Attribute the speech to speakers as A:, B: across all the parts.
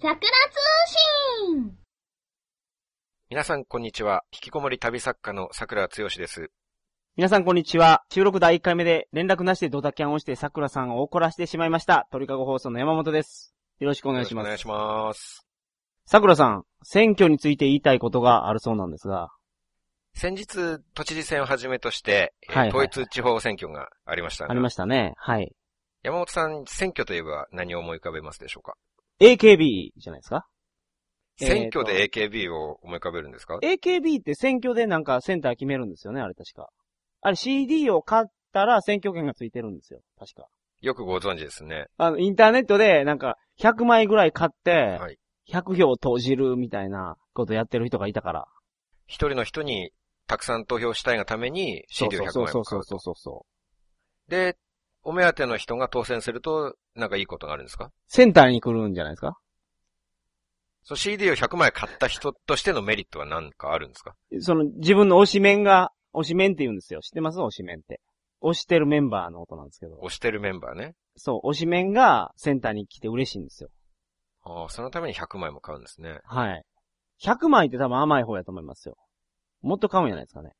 A: 桜通信
B: 皆さん、こんにちは。引きこもり旅作家の桜剛です。
C: 皆さんこんにちは。収録第1回目で連絡なしでドタキャンをして桜さんを怒らしてしまいました。鳥かご放送の山本です。よろしくお
B: お
C: 願いしま
B: お願い
C: す。
B: します。
C: 桜さん、選挙について言いたいことがあるそうなんですが。
B: 先日、都知事選をはじめとして、えー
C: はいはい
B: 統一地方選挙がありましたが
C: ありましたね。はい。
B: 山本さん、選挙といえば何を思い浮かべますでしょうか
C: AKB じゃないですかえーと
B: 選挙で AKB を思い浮かべるんですか
C: ?AKB って選挙でなんかセンター決めるんですよね、あれ確か。あれ CD を買ったら選挙権がついてるんですよ。確か。
B: よくご存知ですね。
C: あの、インターネットでなんか100枚ぐらい買って
B: はい、
C: 100票投じるみたいなことやってる人がいたから。
B: 一人の人にたくさん投票したいがために
C: そう
B: CD を100枚
C: そ
B: も
C: うそ
B: 買う
C: う。そうそうそう。
B: で、お目当ての人が当選すると、なんかいいことがあるんですか
C: センターに来るんじゃないですか
B: そう CD を100枚買った人としてのメリットは何かあるんですか
C: その自分の推しメンが、推しメンって言うんですよ。知ってます推しメンって。推してるメンバーのことなんですけど。
B: 推してるメンバーね。
C: そう、推しメンがセンターに来て嬉しいんですよ。
B: ああ、そのために100枚も買うんですね。
C: はい。100枚って多分甘い方やと思いますよ。もっと買うんじゃないですかね。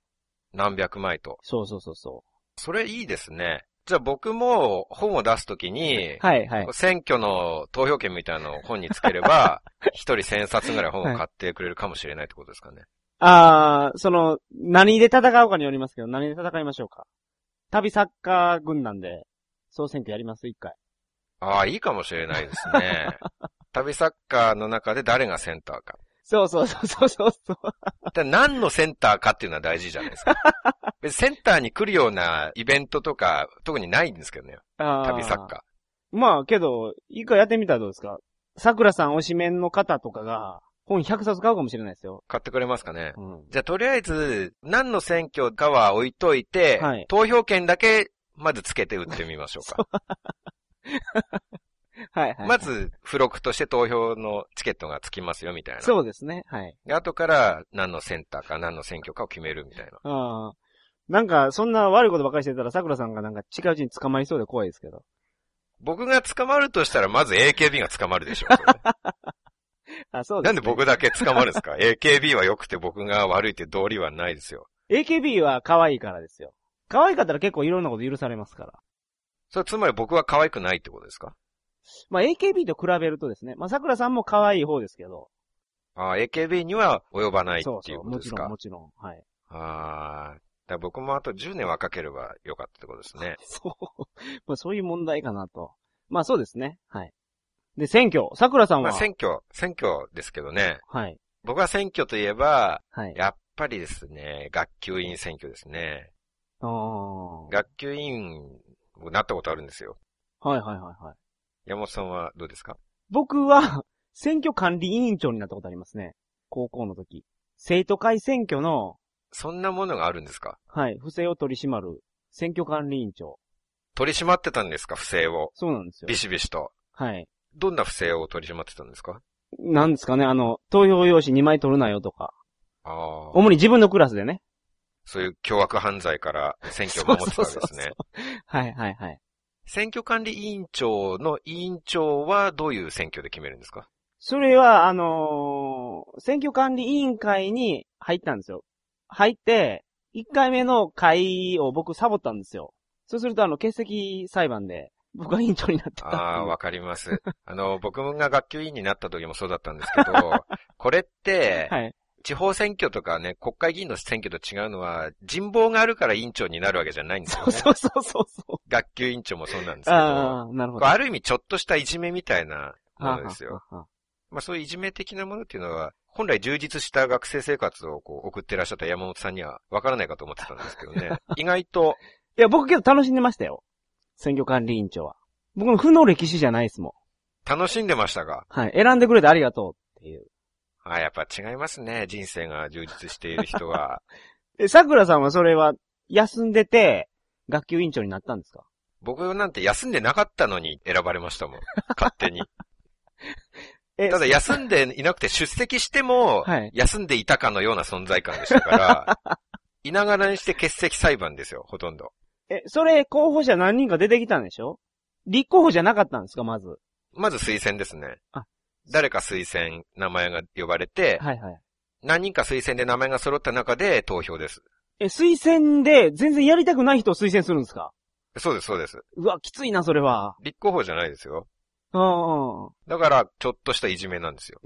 B: 何百枚と。
C: そうそうそうそ
B: それいいですね。じゃあ僕も本を出すときに
C: う。、はいはい。
B: 選挙の投票券みたいなのを本につけれ ば、一人1000冊ぐらい本を買ってくれるかもしれないってことですかね。
C: あー、その、何で戦うかによりますけど、何で戦いましょうか。旅サッカー軍団で、総選挙やります一回。
B: ああ、いいかもしれないです ね。旅サッカーの中で誰がセンターか。
C: そうそうそうそうそうそう。
B: で何のセンターかっていうのは大事じゃないです か。別にセンターに来るようなイベントとか、特にないんですけどね。
C: 旅
B: 旅サッカ
C: まあ、けど、一回やってみたらどうですか桜さん推しメンの方とかが、本100冊買うかもしれないですよ。
B: ー。買ってくれますかね。
C: うん。
B: じゃあ、とりあえず、何の選挙かは置いといて、
C: はい
B: 投票権だけ、まずつけて打ってみましょうか。
C: はい、はい。
B: ま、ず、付録として投票のチケットがつきますよ、みたいな。
C: そうですね。はい。
B: で後から、何のセンターか、何の選挙かを決めるみたいな。
C: ああ。なんか、そんな悪いことばっかりしてたら、桜さんがなんか近いうちに捕まりそうで怖いですけど。
B: 僕が捕まるとしたら、まず AKB が捕まるでし ょう。それ
C: あ、そう
B: な
C: です、
B: んで僕だけ捕まるんですか ?AKB は良くて僕が悪いって道理はないですよ。
C: AKB は可愛いからですよ。可愛かったら結構いろんなこと許されますから。
B: それつまり僕は可愛くないってことですか
C: まあ、AKB と比べるとですね、まあ、桜さんも可愛い方ですけど。
B: ああ、AKB には及ばないって
C: そ
B: い
C: うそうう、
B: こと
C: も
B: で
C: ち
B: す
C: ろ
B: か
C: ん、もちろん。はい。
B: ああ。だから僕もあと10年若ければよかったってことですね。
C: そう。まあ、そういう問題かなと。まあ、そうですね。はい。で、選挙。桜さん
B: ま
C: は、
B: あ選挙、選挙ですけどね。
C: はい。
B: 僕は選挙といえば、
C: はい。
B: やっぱりですね、学級委員選挙ですね。
C: ああ。はい
B: 学級委員、僕なったことあるんですよ。
C: はいはいはい。
B: 山本さんはどうですか
C: 僕は、 選挙管理委員長になったことありますね。高校の時。生徒会選挙の、
B: そんなものがあるんですか
C: はい、不正を取り締まる選挙管理委員長。
B: 取り締まってたんですか不正を。
C: そうなんですよ
B: ビ。シビシと。
C: はい。
B: どんな不正を取り締まってたんですか
C: なんですかね、あの、投票用紙2枚取るなよとか。
B: ああ。
C: 主に自分のクラスでね。
B: そういう凶悪犯罪から選挙を守ってたわけです
C: そうそうそ
B: ね
C: う。はいはいはい。
B: 選挙管理委員長の委員長はどういう選挙で決めるんですか
C: それは、あのー選挙管理委員会に入ったんですよ。入って、1回目の会を僕サボったんですよ。そうすると、あの、欠席裁判で、僕が委員長になってたっていう。
B: ああ、わかります。あの、僕が学級委員になった時もそうだったんですけど、 これって、
C: はい。
B: 地方選挙とかね、国会議員の選挙と違うのは、人望があるから委員長になるわけじゃないんですよ
C: そう
B: ね。
C: そうそうそうそ
B: 学級委員長もそうなんです
C: う。
B: けど、
C: ああ、なるほ
B: こ
C: ど。
B: れある意味ちょっとしたいじめみたいなものですよ。
C: はあはあはあ。
B: まあそういういじめ的なものっていうのは、本来充実した学生生活をこう送ってらっしゃった山本さんにはわからないかと思ってたんですけど ね。意外と、
C: いや、僕けど楽しんでましたよ。選挙管理委員長は。僕の負の歴史じゃないですもん。
B: 楽しんでましたが、
C: はい。選んでくれてありがとうっていう。
B: あやっぱ違いますね。人生が充実している人は。
C: え、桜さんはそれは、休んでて、学級委員長になったんですか
B: 僕なんて休んでなかったのに選ばれましたも ん。勝手に。
C: え
B: ただ休んでいなくて出席しても
C: はい、
B: 休んでいたかのような存在感でしたから、 いながらにして欠席裁判ですよ、ほとんど。
C: え、それ、候補者何人か出てきたんでしょ立候補じゃなかったんですか、まず。
B: まず推薦ですね。誰か推薦、名前が呼ばれて、
C: はいはい。
B: 何人か推薦で名前が揃った中で投票です。
C: え、推薦で全然やりたくない人を推薦するんですか
B: そうです、そうです。
C: うわ、きついな、それは。
B: 立候補じゃないですよ。
C: うんうんうん。
B: だから、ちょっとしたいじめなんです よ。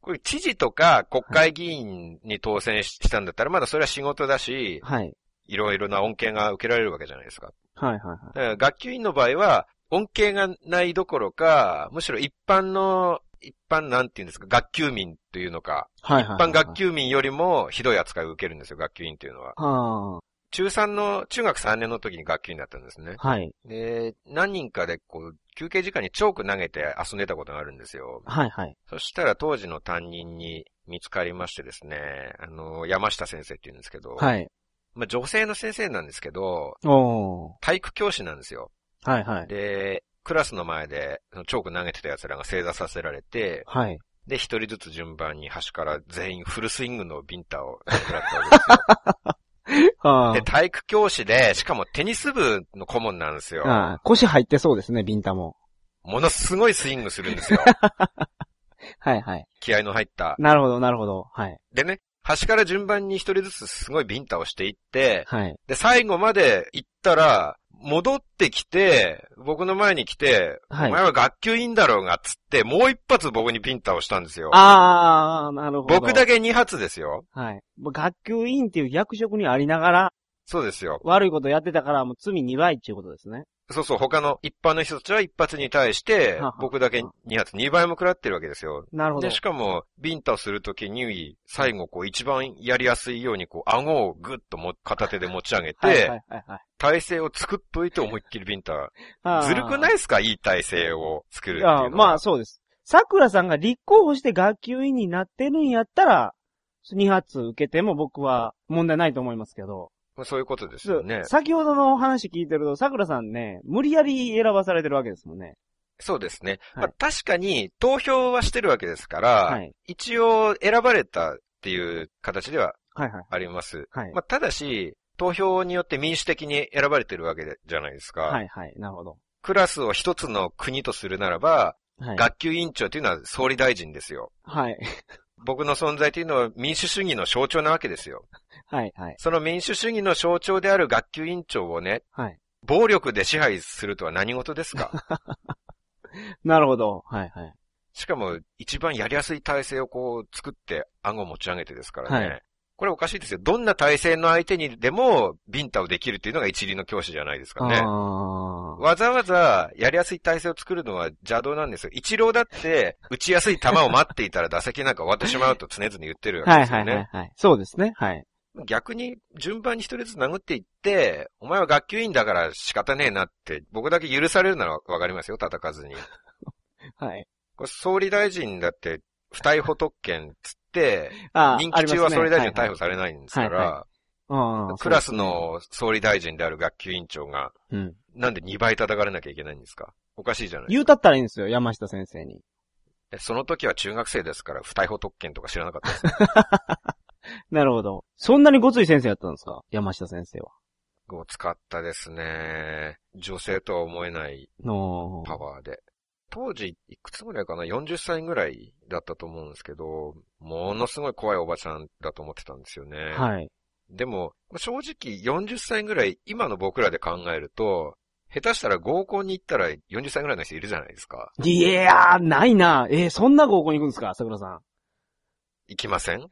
B: これ、知事とか国会議員に当選ししたんだったら、まだそれは仕事だし、
C: はい。
B: いろいろな恩恵が受けられるわけじゃないですか。
C: はいはいは
B: だから学級委員の場合は、恩恵がないどころか、むしろ一般の、一般なんて言うんですか、学級民というのか、
C: い。はいはい
B: 一
C: はい。
B: 般学。級民よりもひどい扱いを受けるんですよ、学級委員というのは。
C: は
B: 中3の、中学3年の時に学級委員だったんですね。
C: あ。はい。
B: で、何人かでこう、休憩時間にチョーク投げて遊んでたことがあるんですよ。
C: はいはい。
B: そしたら当時の担任に見つかりましてですね、あの、山下先生って言うんですけど、
C: はい。
B: まあ、女性の先生なんですけど、
C: おー。
B: 体育教師なんですよ。
C: はいはい。
B: で、クラスの前で、そのチョーク投げてた奴らが正座させられて、
C: はい。
B: で、一人ずつ順番に端から全員フルスイングのビンタを食らったわけです よ。
C: は
B: で、体育教師で、しかもテニス部の顧問なんですよ
C: あ。。ああ。腰入ってそうですね、ビンタも。
B: ものすごいスイングするん ですよ。
C: はいはい。
B: 気合の入った。
C: なるほど、なるほど。はい。
B: でね、端から順番に一人ずつすごいビンタをしていって、
C: はい。
B: で、最後まで行ったら、戻ってきて、僕の前に来て、
C: はい
B: お前は学級委員だろうが、つって、もう一発僕にビンタをしたんですよ。
C: ああ、なるほど。
B: 僕だけ二発ですよ。
C: はい。もう学級委員っていう役職にありながら、
B: そうですよ。
C: 悪いことやってたから、もう罪2倍っていうことですね。
B: そうそう、他の一般の人たちは一発に対して
C: はは、
B: 僕だけ二発、二倍も食らってるわけですよ。
C: なるほど
B: で、。しかも、ビンタをするときに、最後、こう、一番やりやすいように、こう、顎をぐっとも片手で持ち上げ
C: はいは
B: て、
C: いはいはい
B: 体勢を作っといて思いっきりビンタ。
C: ああ。
B: ずるくないですかいい体勢を作るっていう
C: ああ
B: のは
C: まあそうです。桜さんが立候補して学級委員になってるんやったら、2発受けても僕は問題ないと思いますけど。
B: まあそういうことですよね。
C: 先ほどのお話聞いてると、桜さんね、無理やり選ばされてるわけですもんね。
B: そうですね。
C: はい
B: まあ、確かに投票はしてるわけですから、
C: はい。
B: 一応選ばれたっていう形では
C: はいはい。
B: あります。
C: はい。
B: まあ、ただし、投票によって民主的に選ばれてるわけでじゃないですか。
C: はいはい。なるほど。
B: クラスを一つの国とするならば、
C: はい。
B: 学級委員長というのは総理大臣ですよ。
C: はい。
B: 僕の存在というのは民主主義の象徴なわけですよ。
C: はいはい。
B: その民主主義の象徴である学級委員長をね、
C: はい。
B: 暴力で支配するとは何事ですか
C: なるほど。はいはい。
B: しかも、一番やりやすい体勢をこう作って、暗号を持ち上げてですからね。
C: は
B: これおかしいですよ。どんな体勢の相手にでも、ビンタをできるっていうのが一流の教師じゃないですかね。
C: ああ。
B: わざわざ、やりやすい体勢を作るのは邪道なんですよ。一郎だって、打ちやすい球を待っていたら打席なんか終わってしまうと常々言ってるわけ
C: は
B: で
C: い
B: すよ
C: は
B: ね。
C: いはいはい。そうですね。はい。
B: 逆に、順番に一人ずつ殴っていって、お前は学級委員だから仕方ねえなって、僕だけ許されるならわかりますよ、叩かずに。
C: はい。
B: これ総理大臣だって、不逮捕特権つって、
C: ああ、
B: 任期中は総理大臣は逮捕さ
C: れ
B: れないんですか
C: はい
B: ら、
C: る
B: クラス。の総理大臣である学級委員長が、
C: うん。
B: なんで2倍叩かれなきゃいけないんですかおかしいじゃない
C: 言うたったらいいんですよ、山下先生に。
B: その時は中学生ですから、不逮捕特権とか知らなかった です。
C: なるほど。そんなにごつい先生やったんですか山下先生は。
B: を使ったですね。女性とは思えない
C: の
B: パワーで。当時、いくつぐらいかな ?40 歳ぐらいだったと思うんですけど、ものすごい怖いおばちゃんだと思ってたんですよね。
C: はい。
B: でも、まあ正直40歳ぐらい、今の僕らで考えると、下手したら合コンに行ったら40歳ぐらいの人いるじゃないですか。
C: いやー、ないな。えー、そんな合コン行くんですか桜さん。
B: 行きません
C: よ、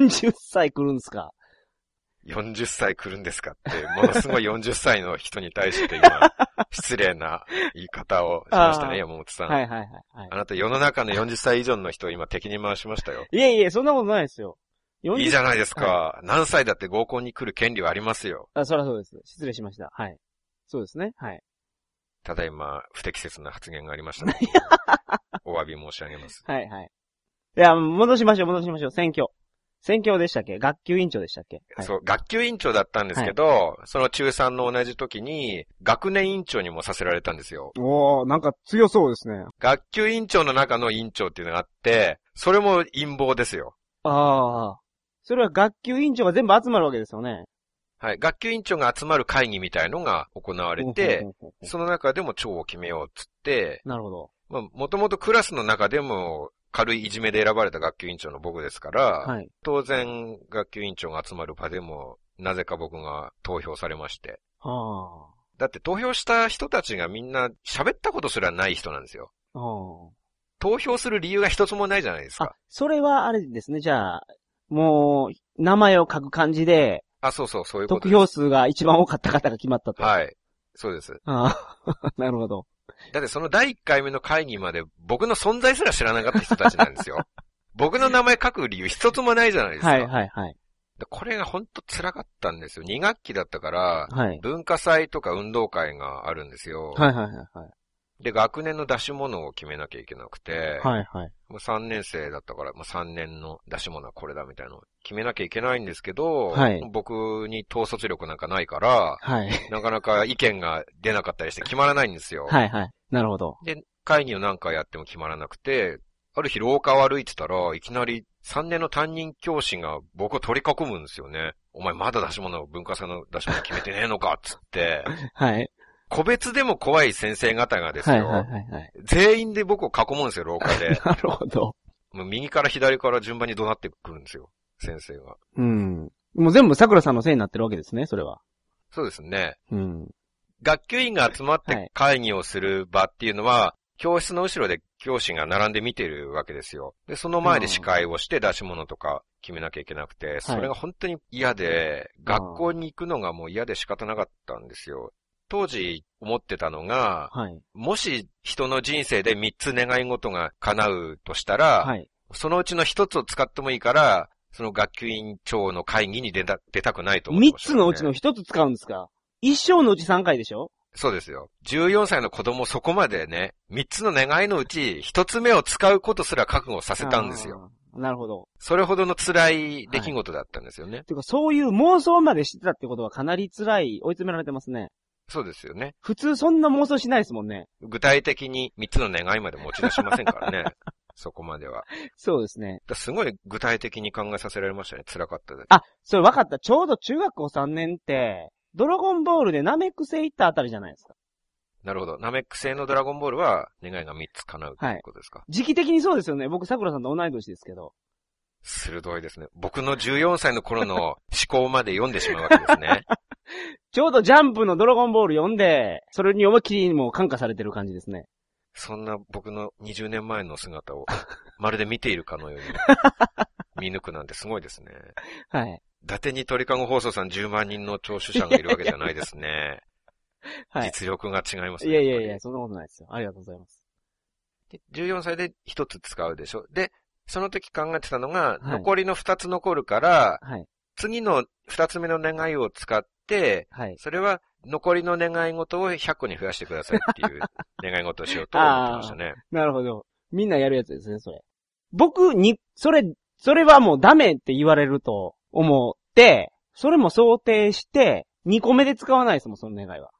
C: 40歳来るんですか
B: ?40 歳来るんですかって、ものすごい40歳の人に対して 今、失礼な言い方をしました
C: あー
B: ね、山本さん。
C: はいはいはいはい。
B: あなた世の中の40歳以上の人を今敵に回しましたよ。
C: いえいえ、そんなことないですよ。40
B: いいじゃないですか。何歳だって合コンに来る権利はありますよ。
C: あ、そらそうです。失礼しました。はい。そうですね。はい。
B: ただいま、不適切な発言がありま したので。お詫び申し上げます。
C: はいはい。いや、戻しましょう、戻しましょう。選挙。選挙でしたっけ学級委員長でしたっけはい。
B: そう、学級委員長だったんですけど、その中3の同じ時に、学年委員長にもさせられたんですよ。
C: おー、なんか強そうですね。
B: 学級委員長の中の委員長っていうのがあって、それも陰謀ですよ。
C: あー。それは学級委員長が全部集まるわけですよね。
B: はい。学級委員長が集まる会議みたいのが行われて
C: う、んうんうんうん
B: その中でも長を決めようっつって、
C: なるほど。
B: ままあ、もともとクラスの中でも軽いいじめで選ばれた学級委員長の僕ですから、
C: はい。
B: 当然学級委員長が集まる場でも、なぜか僕が投票されまして。
C: は
B: だって投票した人たちがみんな喋ったことすらない人なんですよ。
C: あ。は
B: 投票する理由が一つもないじゃないです
C: あ。あ
B: か。、
C: それはあれですね、じゃあ、もう、名前を書く感じで、
B: あそうそう、そういうことで
C: 得
B: す。
C: 票数が一番多かった方が決まったと。い。
B: はい。そうです。
C: ああ、 なるほど。
B: だってその第1回目の会議まで僕の存在すら知らなかった人たちなんです よ。僕の名前書く理由一つもないじゃないですか。
C: はい、はい、はい。
B: でこれが本当辛かったんですよ。2学期だったから、
C: はい。
B: 文化祭とか運動会があるんですよ。
C: はい、はい、はいはい。
B: で、学年の出し物を決めなきゃいけなくて、
C: はい、はい。
B: もう3年生だったから、まあ、3年の出し物はこれだみたいなのを決めなきゃいけないんですけど、
C: はい
B: 僕に統率力なんかないから、
C: はい。
B: なかなか意見が出なかったりして決まらないんですよ。
C: はい、はい。なるほど。
B: で、会議を何回やっても決まらなくて、ある日廊下を歩いてたら、いきなり3年の担任教師が僕を取り囲むんですよね。お前まだ出し物を、文化祭の出し物決めてねえのかっつって、
C: はい。
B: 個別でも怖い先生方がです
C: はい、
B: よ、
C: はい、はいはい。
B: 全員で僕を囲むんですよ、廊下で。
C: なるほど。
B: もう右から左から順番に怒鳴ってくるんですよ、先生が。
C: うん。もう全部桜さんのせいになってるわけですね、それは。
B: そうですね。
C: うん。
B: 学級委員が集まっ
C: はい
B: て会議をする場っていうのは、教室の後ろで教師が並んで見てるわけですよ。で、その前で司会をして出し物とか決めなきゃいけなくて、それが本当に嫌で、学校に行くのがもう嫌で仕方なかったんですよ。当時思ってたのが、
C: はい。
B: もし人の人生で3つ願い事が叶うとしたら、
C: はい。
B: そのうちの1つを使ってもいいから、その学級委員長の会議に出た出たくないと思って
C: 三
B: ましたか
C: つ
B: ら
C: の
B: ね
C: うちの一つ使うんですか一生のうち三回でしょ
B: そうですよ。14歳の子供そこまでね、3つの願いのうち、1つ目を使うことすら覚悟させたんですよ。
C: あー。なるほど。
B: それほどの辛い出来事だったんですよね。
C: ていうか、そういう妄想までしてたってことはかなり辛い、追い詰められてますね。
B: そうですよね。
C: 普通そんな妄想しないですもんね。
B: 具体的に3つの願いまで持ち出しませんからね。 そこまでは。だか
C: そうですね。
B: らすごい具体的に考えさせられましたね。辛かったです。
C: あ、それ分かった。ちょうど中学校3年って、ドラゴンボールでナメック星行ったあたりじゃないですか。
B: なるほど。ナメック星のドラゴンボールは願いが3つ叶うということですか。
C: 時期的にそうですよね。僕、桜さんと同い年ですけど。
B: 鋭いですね。僕の14歳の頃の思考まで読んでしまうわけですね。
C: ちょうどジャンプのドラゴンボール読んで、それに思いっきりもう感化されてる感じですね。
B: そんな僕の20年前の姿 を、まるで見ているかのように、見抜くなんてすごいですね。
C: はい。
B: 伊達に鳥かご放送さん10万人の聴取者がいるわけじゃないですね。
C: はい。
B: 実力が違います
C: い
B: ね。
C: やいやい
B: やっ
C: や、そんなことないですよ。ありがとうございます。
B: ぱり。14歳で1つ使うでしょ。で、その時考えてたのが、
C: はい
B: 残りの2つ残るから、
C: はい。
B: 次の2つ目の願いを使って、
C: はい。
B: それは残りの願い事を100個に増やしてくださいっていう願い事をしようと思ってましたね。
C: なるほど。みんなやるやつですね、それ。僕に、それ、それはもうダメって言われると思って、それも想定して、2個目で使わないですもん、その願いは。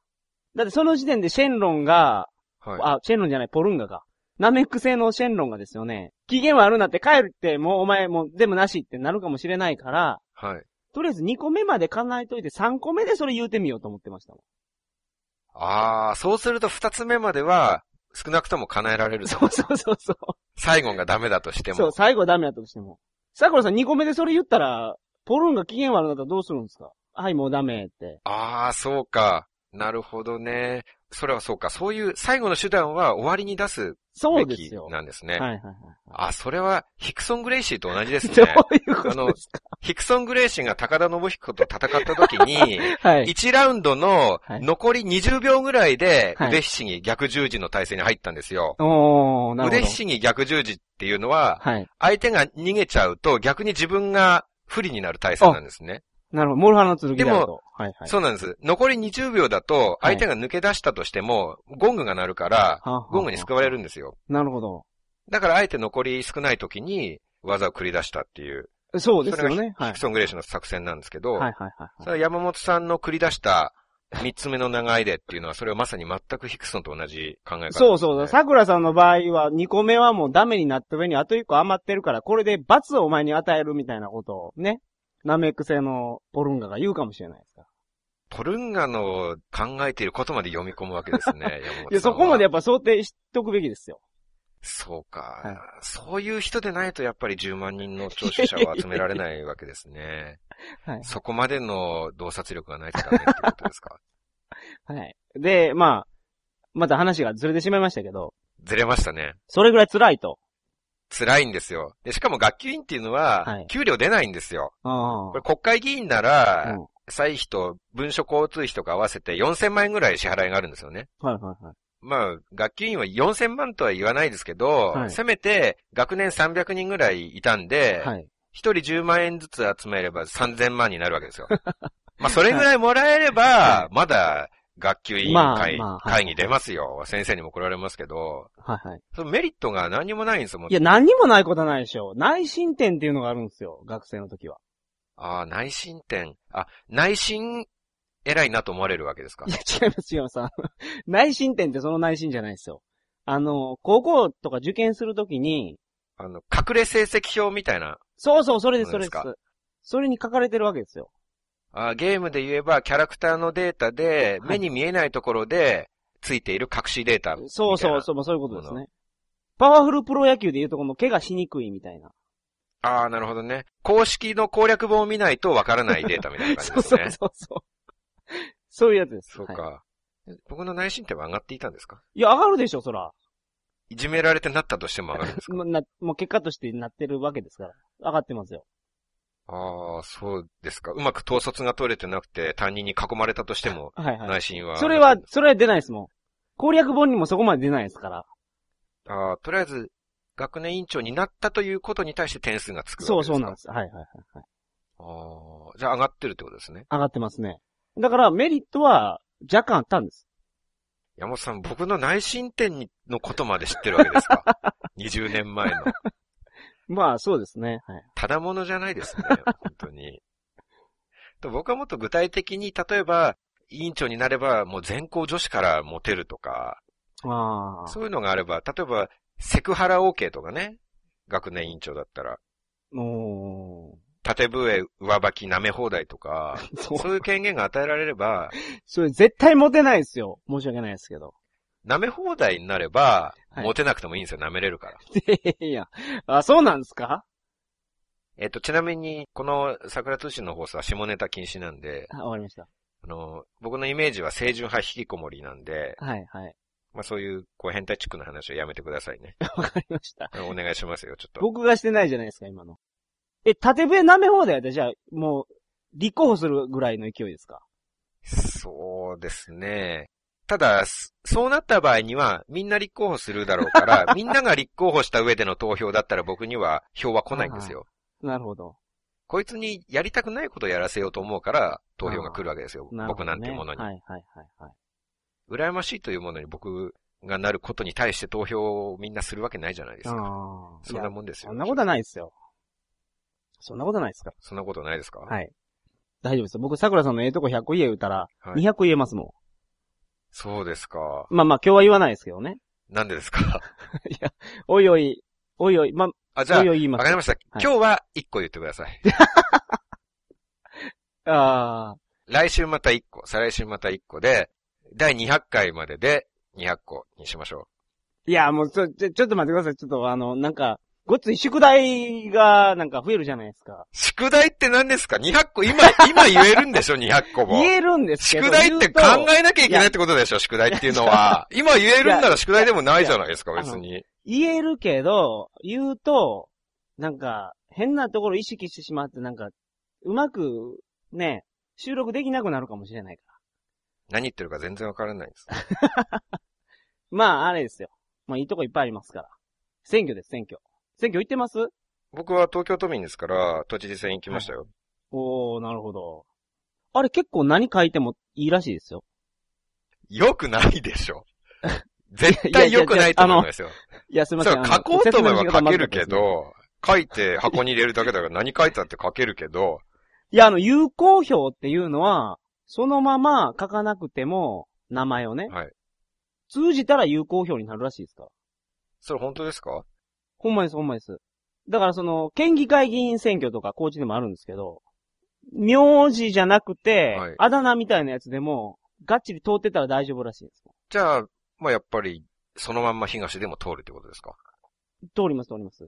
C: だってその時点でシェンロンが、
B: はい。
C: あ、シェンロンじゃない、ポルンガか。ナメック製のシェンロンがですよね。期限はあるなって帰るって、もうお前もう全部なしってなるかもしれないから、
B: はい。
C: とりあえず2個目まで叶えといて3個目でそれ言うてみようと思ってましたもん。
B: ああ、そうすると二つ目までは、少なくとも叶えられると
C: そ。うそうそうそう。
B: 最後がダメだとして
C: そう、
B: も。
C: 最後ダメだったとしても。桜さん2個目でそれ言ったら、ポルンが機嫌悪なったらどうするんですかはい、もうダメって。
B: ああ、そうか。なるほどね。それはそうか。そういう最後の手段は終わりに出す
C: そう
B: べ
C: で
B: き
C: すよ。
B: なんですね。
C: はいはいはい。
B: あ、それはヒクソン・グレイシーと同じです
C: ど
B: ね。
C: ういうことです
B: ヒクソン・グレイシーが高田信彦と戦った時に、
C: かはい。
B: 1ラウンドの
C: はい
B: 残り20秒ぐらいで
C: はい
B: 腕ひしぎ逆十字の体勢に入ったんですよ。
C: おー、なる
B: 腕
C: ほ
B: ひ
C: ど。
B: しぎ逆十字っていうのは、
C: はい。
B: 相手が逃げちゃうと逆に自分が不利になる体勢なんですね。
C: なるほど。モルハの剣だ
B: で
C: と
B: も。
C: はいはい。
B: そうなんです。残り20秒だと相手が抜け出したとしても、ゴングが鳴るから、
C: はあはあはあ
B: ゴングに救われるんですよ。
C: なるほど。
B: だからあえて残り少ない時に技を繰り出したっていう、
C: そうですよね。は
B: ヒ
C: い
B: ク。ソン・グレイシーの作戦なんですけど、
C: はいはいはい
B: そ
C: は
B: れ
C: い。
B: は山本さんの繰り出した三つ目の長いでっていうのは、それはまさに全くヒクソンと同じ考え方、
C: そうそうだ。。桜さんの場合は、2個目はもうダメになった上にあと1個余ってるから、これで罰をお前に与えるみたいなことをね、ナメック星のポルンガが言うかもしれないですから。
B: ポルンガの考えていることまで読み込むわけですね、山本さんは。
C: いや、そこまでやっぱ想定しとくべきですよ。
B: そうか、
C: はい
B: そういう人でないとやっぱり10万人の聴取者を集められないわけです ね。
C: はい。
B: そこまでの洞察力がないとダメってことですか
C: はい。で、まあ、また話がずれてしまいましたけど、
B: ずれましたね。
C: それぐらい辛いと。
B: 辛いんですよ。で、しかも学級委員っていうの
C: は、
B: はい給料出ないんですよ。
C: あ
B: これ国会議員な
C: あ。
B: ら
C: うん、
B: 歳費と文書交通費とか合わせて4000万円ぐらい支払いがあるんですよね。
C: はいはいはい。
B: まあ、学級委員は4000万とは言わないですけど、
C: はい
B: せめて学年300人ぐらいいたんで、
C: はい。
B: 1人10万円ずつ集めれば3000万になるわけ ですよ。まあ、それぐらいもらえれば
C: は、
B: まだ学級委員
C: まあ
B: 会,、
C: まあはい
B: 会に出ますよ。先生にも怒られますけど、
C: はいはい。
B: そのメリットが何にもないんですよ。もう
C: いや、何にもないことはないでしょ。内申点っていうのがあるんですよ。学生の時は。
B: ああ、内心点。あ、内心偉いなと思われるわけですか
C: い。や、違います、違います。あの 内申点ってその内申じゃないですよ。あの、高校とか受験するときに、
B: あの、隠れ成績表みたいな。
C: そうそう、それです、それで。
B: そうです
C: それに書かれてるわけですよ。
B: あーゲームで言えば、キャラクターのデータで、
C: は
B: 目
C: い
B: に見えないところで、ついている隠しデータみたいな。
C: そうそう、
B: う。
C: そう、まあそういうことです
B: も
C: ね。パワフルプロ野球でいうとこの怪我しにくいみたいな。
B: ああ、なるほどね。公式の攻略本を見ないとわからないデータみたいな
C: そ
B: 感
C: う
B: じです
C: そう
B: ね。
C: そうそう。そういうやつです。
B: そう
C: はい
B: か。僕の内心点は上がっていたんですか
C: いや、上がるでしょ、そら。
B: いじめられてなったとしても上がるんですか
C: まな、もう結果としてなってるわけですから。上がってますよ。
B: ああ、そうですか。うまく統率が取れてなくて、担任に囲まれたとしても、
C: はいはい。
B: 内心は。
C: それは、それは出ないですもん。攻略本にもそこまで出ないですから。
B: ああ、とりあえず、学年委員長になったということに対して点数がつく。
C: そうそうなんですす。はいはいはい。
B: ああ、じゃあ上がってるってことですね。
C: 上がってますね。だからメリットは若干あったんです。
B: 山本さん、僕の内申点にのことまで知ってるわけです か ?20 年前の。
C: まあそうですね。はい。
B: ただものじゃない ですね、本当に。と僕はもっと具体的に、例えば、委員長になれば、もう全校女子からモテるとか、
C: ああ。
B: そういうのがあれば、例えば、セクハラ OK とかね、学年委員長だったら、
C: お
B: 縦笛、上履き、舐め放題と か、
C: ーそう
B: そういう権限が与えられれば、
C: それ絶対モテないですよ。申し訳ないですけど。
B: 舐め放題になれば、
C: はい
B: モテなくてもいいんですよ、舐めれるから。
C: いや、あ、そうなんですか
B: えっと、ちなみに、この桜通信の放送は下ネタ禁止なんで、
C: あわかりました。
B: あの、僕のイメージは清純派引きこもりなんで、
C: はいはい。
B: まあそういう、こう変態チックな話はやめてください ね。
C: わかりました。
B: お願いしますよ、ちょっと。
C: 僕がしてないじゃないですか、今の。え、縦笛舐め放題やったらじゃあ、もう、立候補するぐらいの勢いですか
B: そうですね。ただ、すそうなった場合には、みんな立候補するだろう から、みんなが立候補した上での投票だったら僕には票は来ないんですよ。
C: なるほど。
B: こいつにやりたくないことをやらせようと思うから、投票が来るわけですよ。
C: なるほ
B: 僕
C: ど、ね。
B: なんていうものに。
C: はいはいはいはい。
B: 羨ましいというものに僕がなることに対して投票をみんなするわけないじゃないですか。
C: あー
B: そんなもんですよ。
C: そんなことはないですよ。そんなことないですから。
B: そんなことないですか
C: はい。大丈夫ですよ。僕、桜さんのええとこ100個言え言うたら、
B: はい
C: 200個言えますも
B: そうですか。
C: ん。まあまあ、今日は言わないですけどね。
B: なんでですか
C: いや、おいおい、おいおい、ま
B: あ、じ
C: あ、
B: ゃ
C: お
B: あ
C: い、おい言いま
B: わ
C: す。
B: かりました。
C: い
B: 今日は1個言ってくださ い。
C: あ
B: 来週また1個、再来週また1個で、第200回までで200個にしましょ
C: ーいや、もうちょ、ちょ、ちょっと待ってください。ちょっと、あの、なんか、ごっつい宿題が、なんか増えるじゃないですか。
B: う。宿題って何ですか ?200 個、 今、今言えるんでしょ ?200 個も。
C: 言えるんですけど。
B: 宿題って考
C: え
B: えなきゃいけないってことでしょ宿題っていうのは。今言えるんなら宿題でもないじゃないですか、
C: いや
B: 別に。
C: 言えるけど、言うと、なんか、変なところ意識してしまって、なんか、うまく、ね、収録できなくなるかもしれないから。
B: 何言ってるか全然わからないです。
C: まあ、あれですよ。まあ、いいとこいっぱいありますから。選挙です、選挙。選挙行ってます
B: 僕は東京都民ですから、都知事選行きましたよ。
C: おー、なるほど。あれ結構何書いてもいいらしいですよ。
B: 良くないでしょ絶対良くないと思いますよ。
C: いや、すいませ
B: そ
C: ん。
B: う、
C: あの
B: 書こうと思えば書けるけ。
C: 説明の仕方まずかったですね
B: ど、書いて箱に入れるだけだから何書いたって書けるけど、
C: いや、あの、有効票っていうのは、そのまま書かなくても、名前をね、
B: はい。
C: 通じたら有効票になるらしいですから。
B: それ本当ですか
C: ほんまです、ほんまです。だからその、県議会議員選挙とか高知でもあるんですけど、名字じゃなくて、
B: はい
C: あだ名みたいなやつでも、がっちり通ってたら大丈夫らしいです。
B: じゃあ、まあやっぱり、そのまんま東でも通るってことですか
C: 通ります、通ります。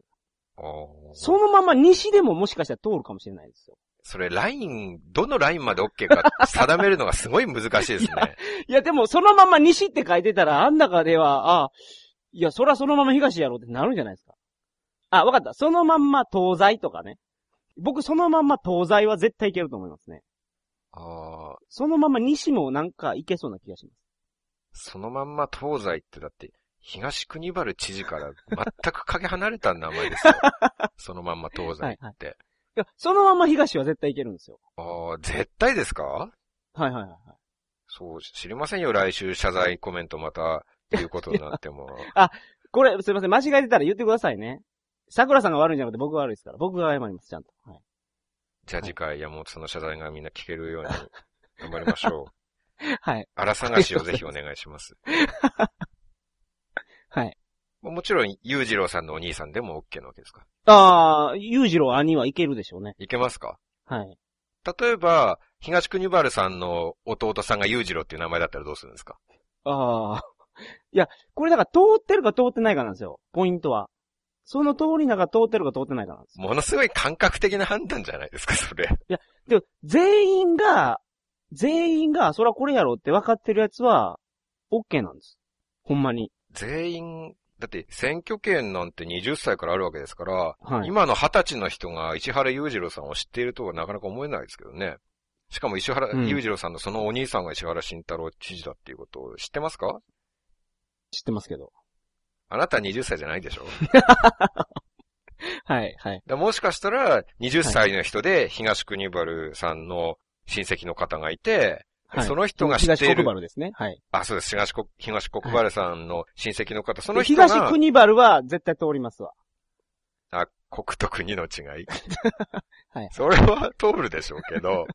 B: おー
C: そのまま西でももしかしたら通るかもしれないですよ。
B: それライン、どのラインまで OK か定めるのがすごい難しいですね。
C: いや、でもそのまま西って書いてたら、あん中では、あ、いや、そらそのまま東やろうってなるんじゃないですか。あ、わかった。そのまんま東西とかね。僕そのまんま東西は絶対いけると思いますね。
B: ああ、
C: そのまま西もなんかいけそうな気がします。
B: そのまんま東西ってだって、東国原知事から全くかけ離れた名前 ですよ。そのまんま東西って。
C: いや、そのまま東は絶対いけるんですよ。
B: ああ、絶対ですか
C: はいはいはいはい。
B: そう、知りませんよ。来週謝罪コメントまた、ということになっても。
C: これ、すいません。間違えてたら言ってくださいね。桜さんが悪いんじゃなくて僕が悪いですから。僕が謝ります、ちゃんと。はい。
B: じゃあ次回山本さんの謝罪がみんな聞けるように頑張りましょう。
C: はい。
B: 荒探しをぜひお願いします。
C: はい。
B: もちろん、裕次郎さんのお兄さんでも OK なわけですか
C: あー、裕次郎兄はいけるでしょうね。
B: いけますか
C: はい。
B: 例えば、東国原さんの弟さんが裕次郎っていう名前だったらどうするんですか
C: あー。いや、これだから通ってるか通ってないかなんですよ。ポイントは。その通りなんか通ってるか通ってないかなんですよ。
B: ものすごい感覚的な判断じゃないですか、それ。
C: でも、全員が、全員が、そらこれやろって分かってるやつは、OK なんです。ほんまに。
B: 全員、だって選挙権なんて20歳からあるわけですから、
C: はい。
B: 今の20歳の人が石原裕次郎さんを知っているとはなかなか思えないですけどね。しかも石原
C: うん
B: 裕次郎さんのそのお兄さんが石原慎太郎知事だっていうことを知ってます か
C: 知ってますけど。
B: あなた20歳じゃないでしょ
C: はい、はい。
B: だもしかしたら、20歳の人で東国原さんの親戚の方がいて、
C: はい、
B: その人が知ってい
C: 東国
B: る、
C: 原ですね。はい。
B: あ、そうです、東国、東国原さんの親戚の方、その
C: で
B: 人が、
C: 東国原は絶対通りますわ。
B: あ、国と国の違い。
C: はい
B: それは通るでしょうけど、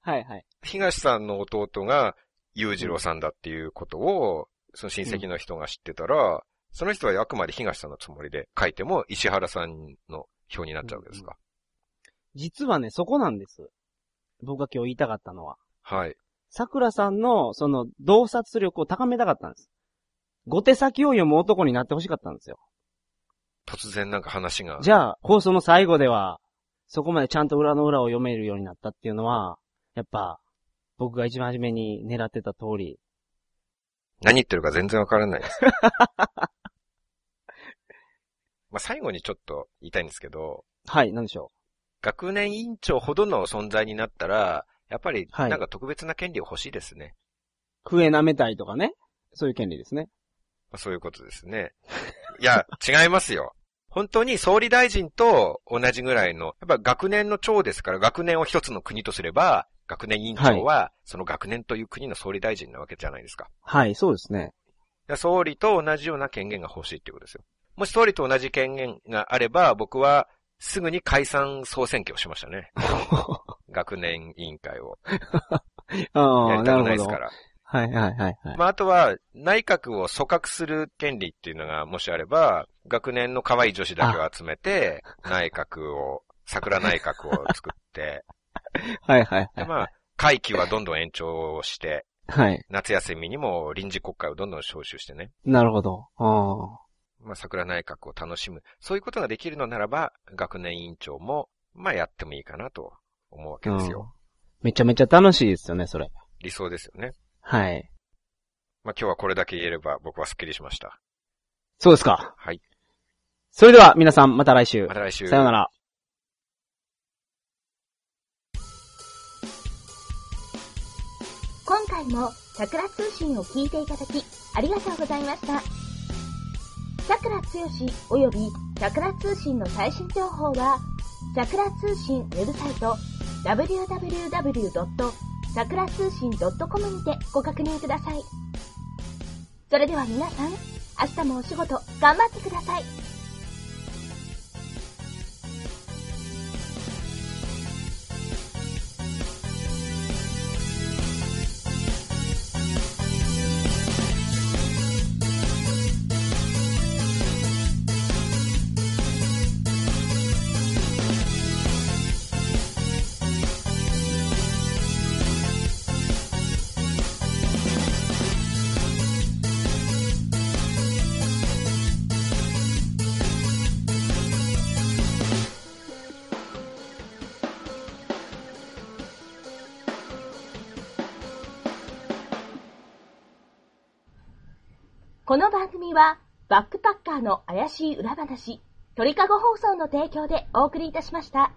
C: はいはい。
B: 東さんの弟が裕次郎さんだっていうことを、その親戚の人が知ってたら、その人はあくまで東さんのつもりで書いても、石原さんの票になっちゃうわけですか。
C: 実はね、そこなんです。僕が今日言いたかったのは。
B: はい。
C: 桜さんの、その、洞察力を高めたかったんです。後手先を読む男になってほしかったんですよ。
B: 突然なんか話が。
C: じゃあ、放送の最後では、そこまでちゃんと裏の裏を読めるようになったっていうのは、やっぱ、僕が一番初めに狙ってた通り。
B: 何言ってるか全然わからないです。 まあ最後にちょっと言いたいんですけど、
C: はい、なんでしょ
B: 学年委員長ほどの存在になったら、やっぱり
C: はい
B: なんか特別な権利を欲しいですね。
C: う。笛舐めたりとかね。そういう権利ですね。
B: まあそういうことですね。いや、 違いますよ。本当に総理大臣と同じぐらいの、やっぱ学年の長ですから、学年を一つの国とすれば、学年委員長は、その学年という国の総理大臣なわけじゃないですか。
C: はい、そうですね。
B: だから総理と同じような権限が欲しいっていうことですよ。もし総理と同じ権限があれば、僕はすぐに解散総選挙をしましたね。学年委員会を。
C: あ
B: や
C: あ、
B: りた
C: な
B: くない
C: る
B: です
C: ほど
B: か。ら。
C: はいはいはいはい。
B: まあ、あとは、内閣を組閣する権利っていうのが、もしあれば、学年の可愛い女子だけを集めて、内閣を、桜内閣を作 って、
C: はいはい
B: でまあ、会期はどんどん延長して、
C: はい。
B: 夏休みにも臨時国会をどんどん招集してね。
C: なるほど。あ
B: まあ、桜内閣を楽しむ。そういうことができるのならば、学年委員長も、まあ、やってもいいかなと思うわけ
C: あ。
B: ですよ。
C: うんめちゃめちゃ楽しいですよね、それ。
B: 理想ですよね。
C: はい。
B: まあ、今日はこれだけ言えれば、僕はスッキリしました。
C: そうですか。
B: はい。
C: それでは、皆さん、また来週
B: ま。た来週。
C: さようなら。
A: 今回も桜通信を聞いていただき、ありがとうございました。桜つよし及び桜通信の最新情報は、桜通信ウェブサイト www. 通信 .com にてご確認ください。それでは皆さん、明日もお仕事頑張ってください。この番組は、バックパッカーの怪しい裏話、鳥かご放送の提供でお送りいたしました。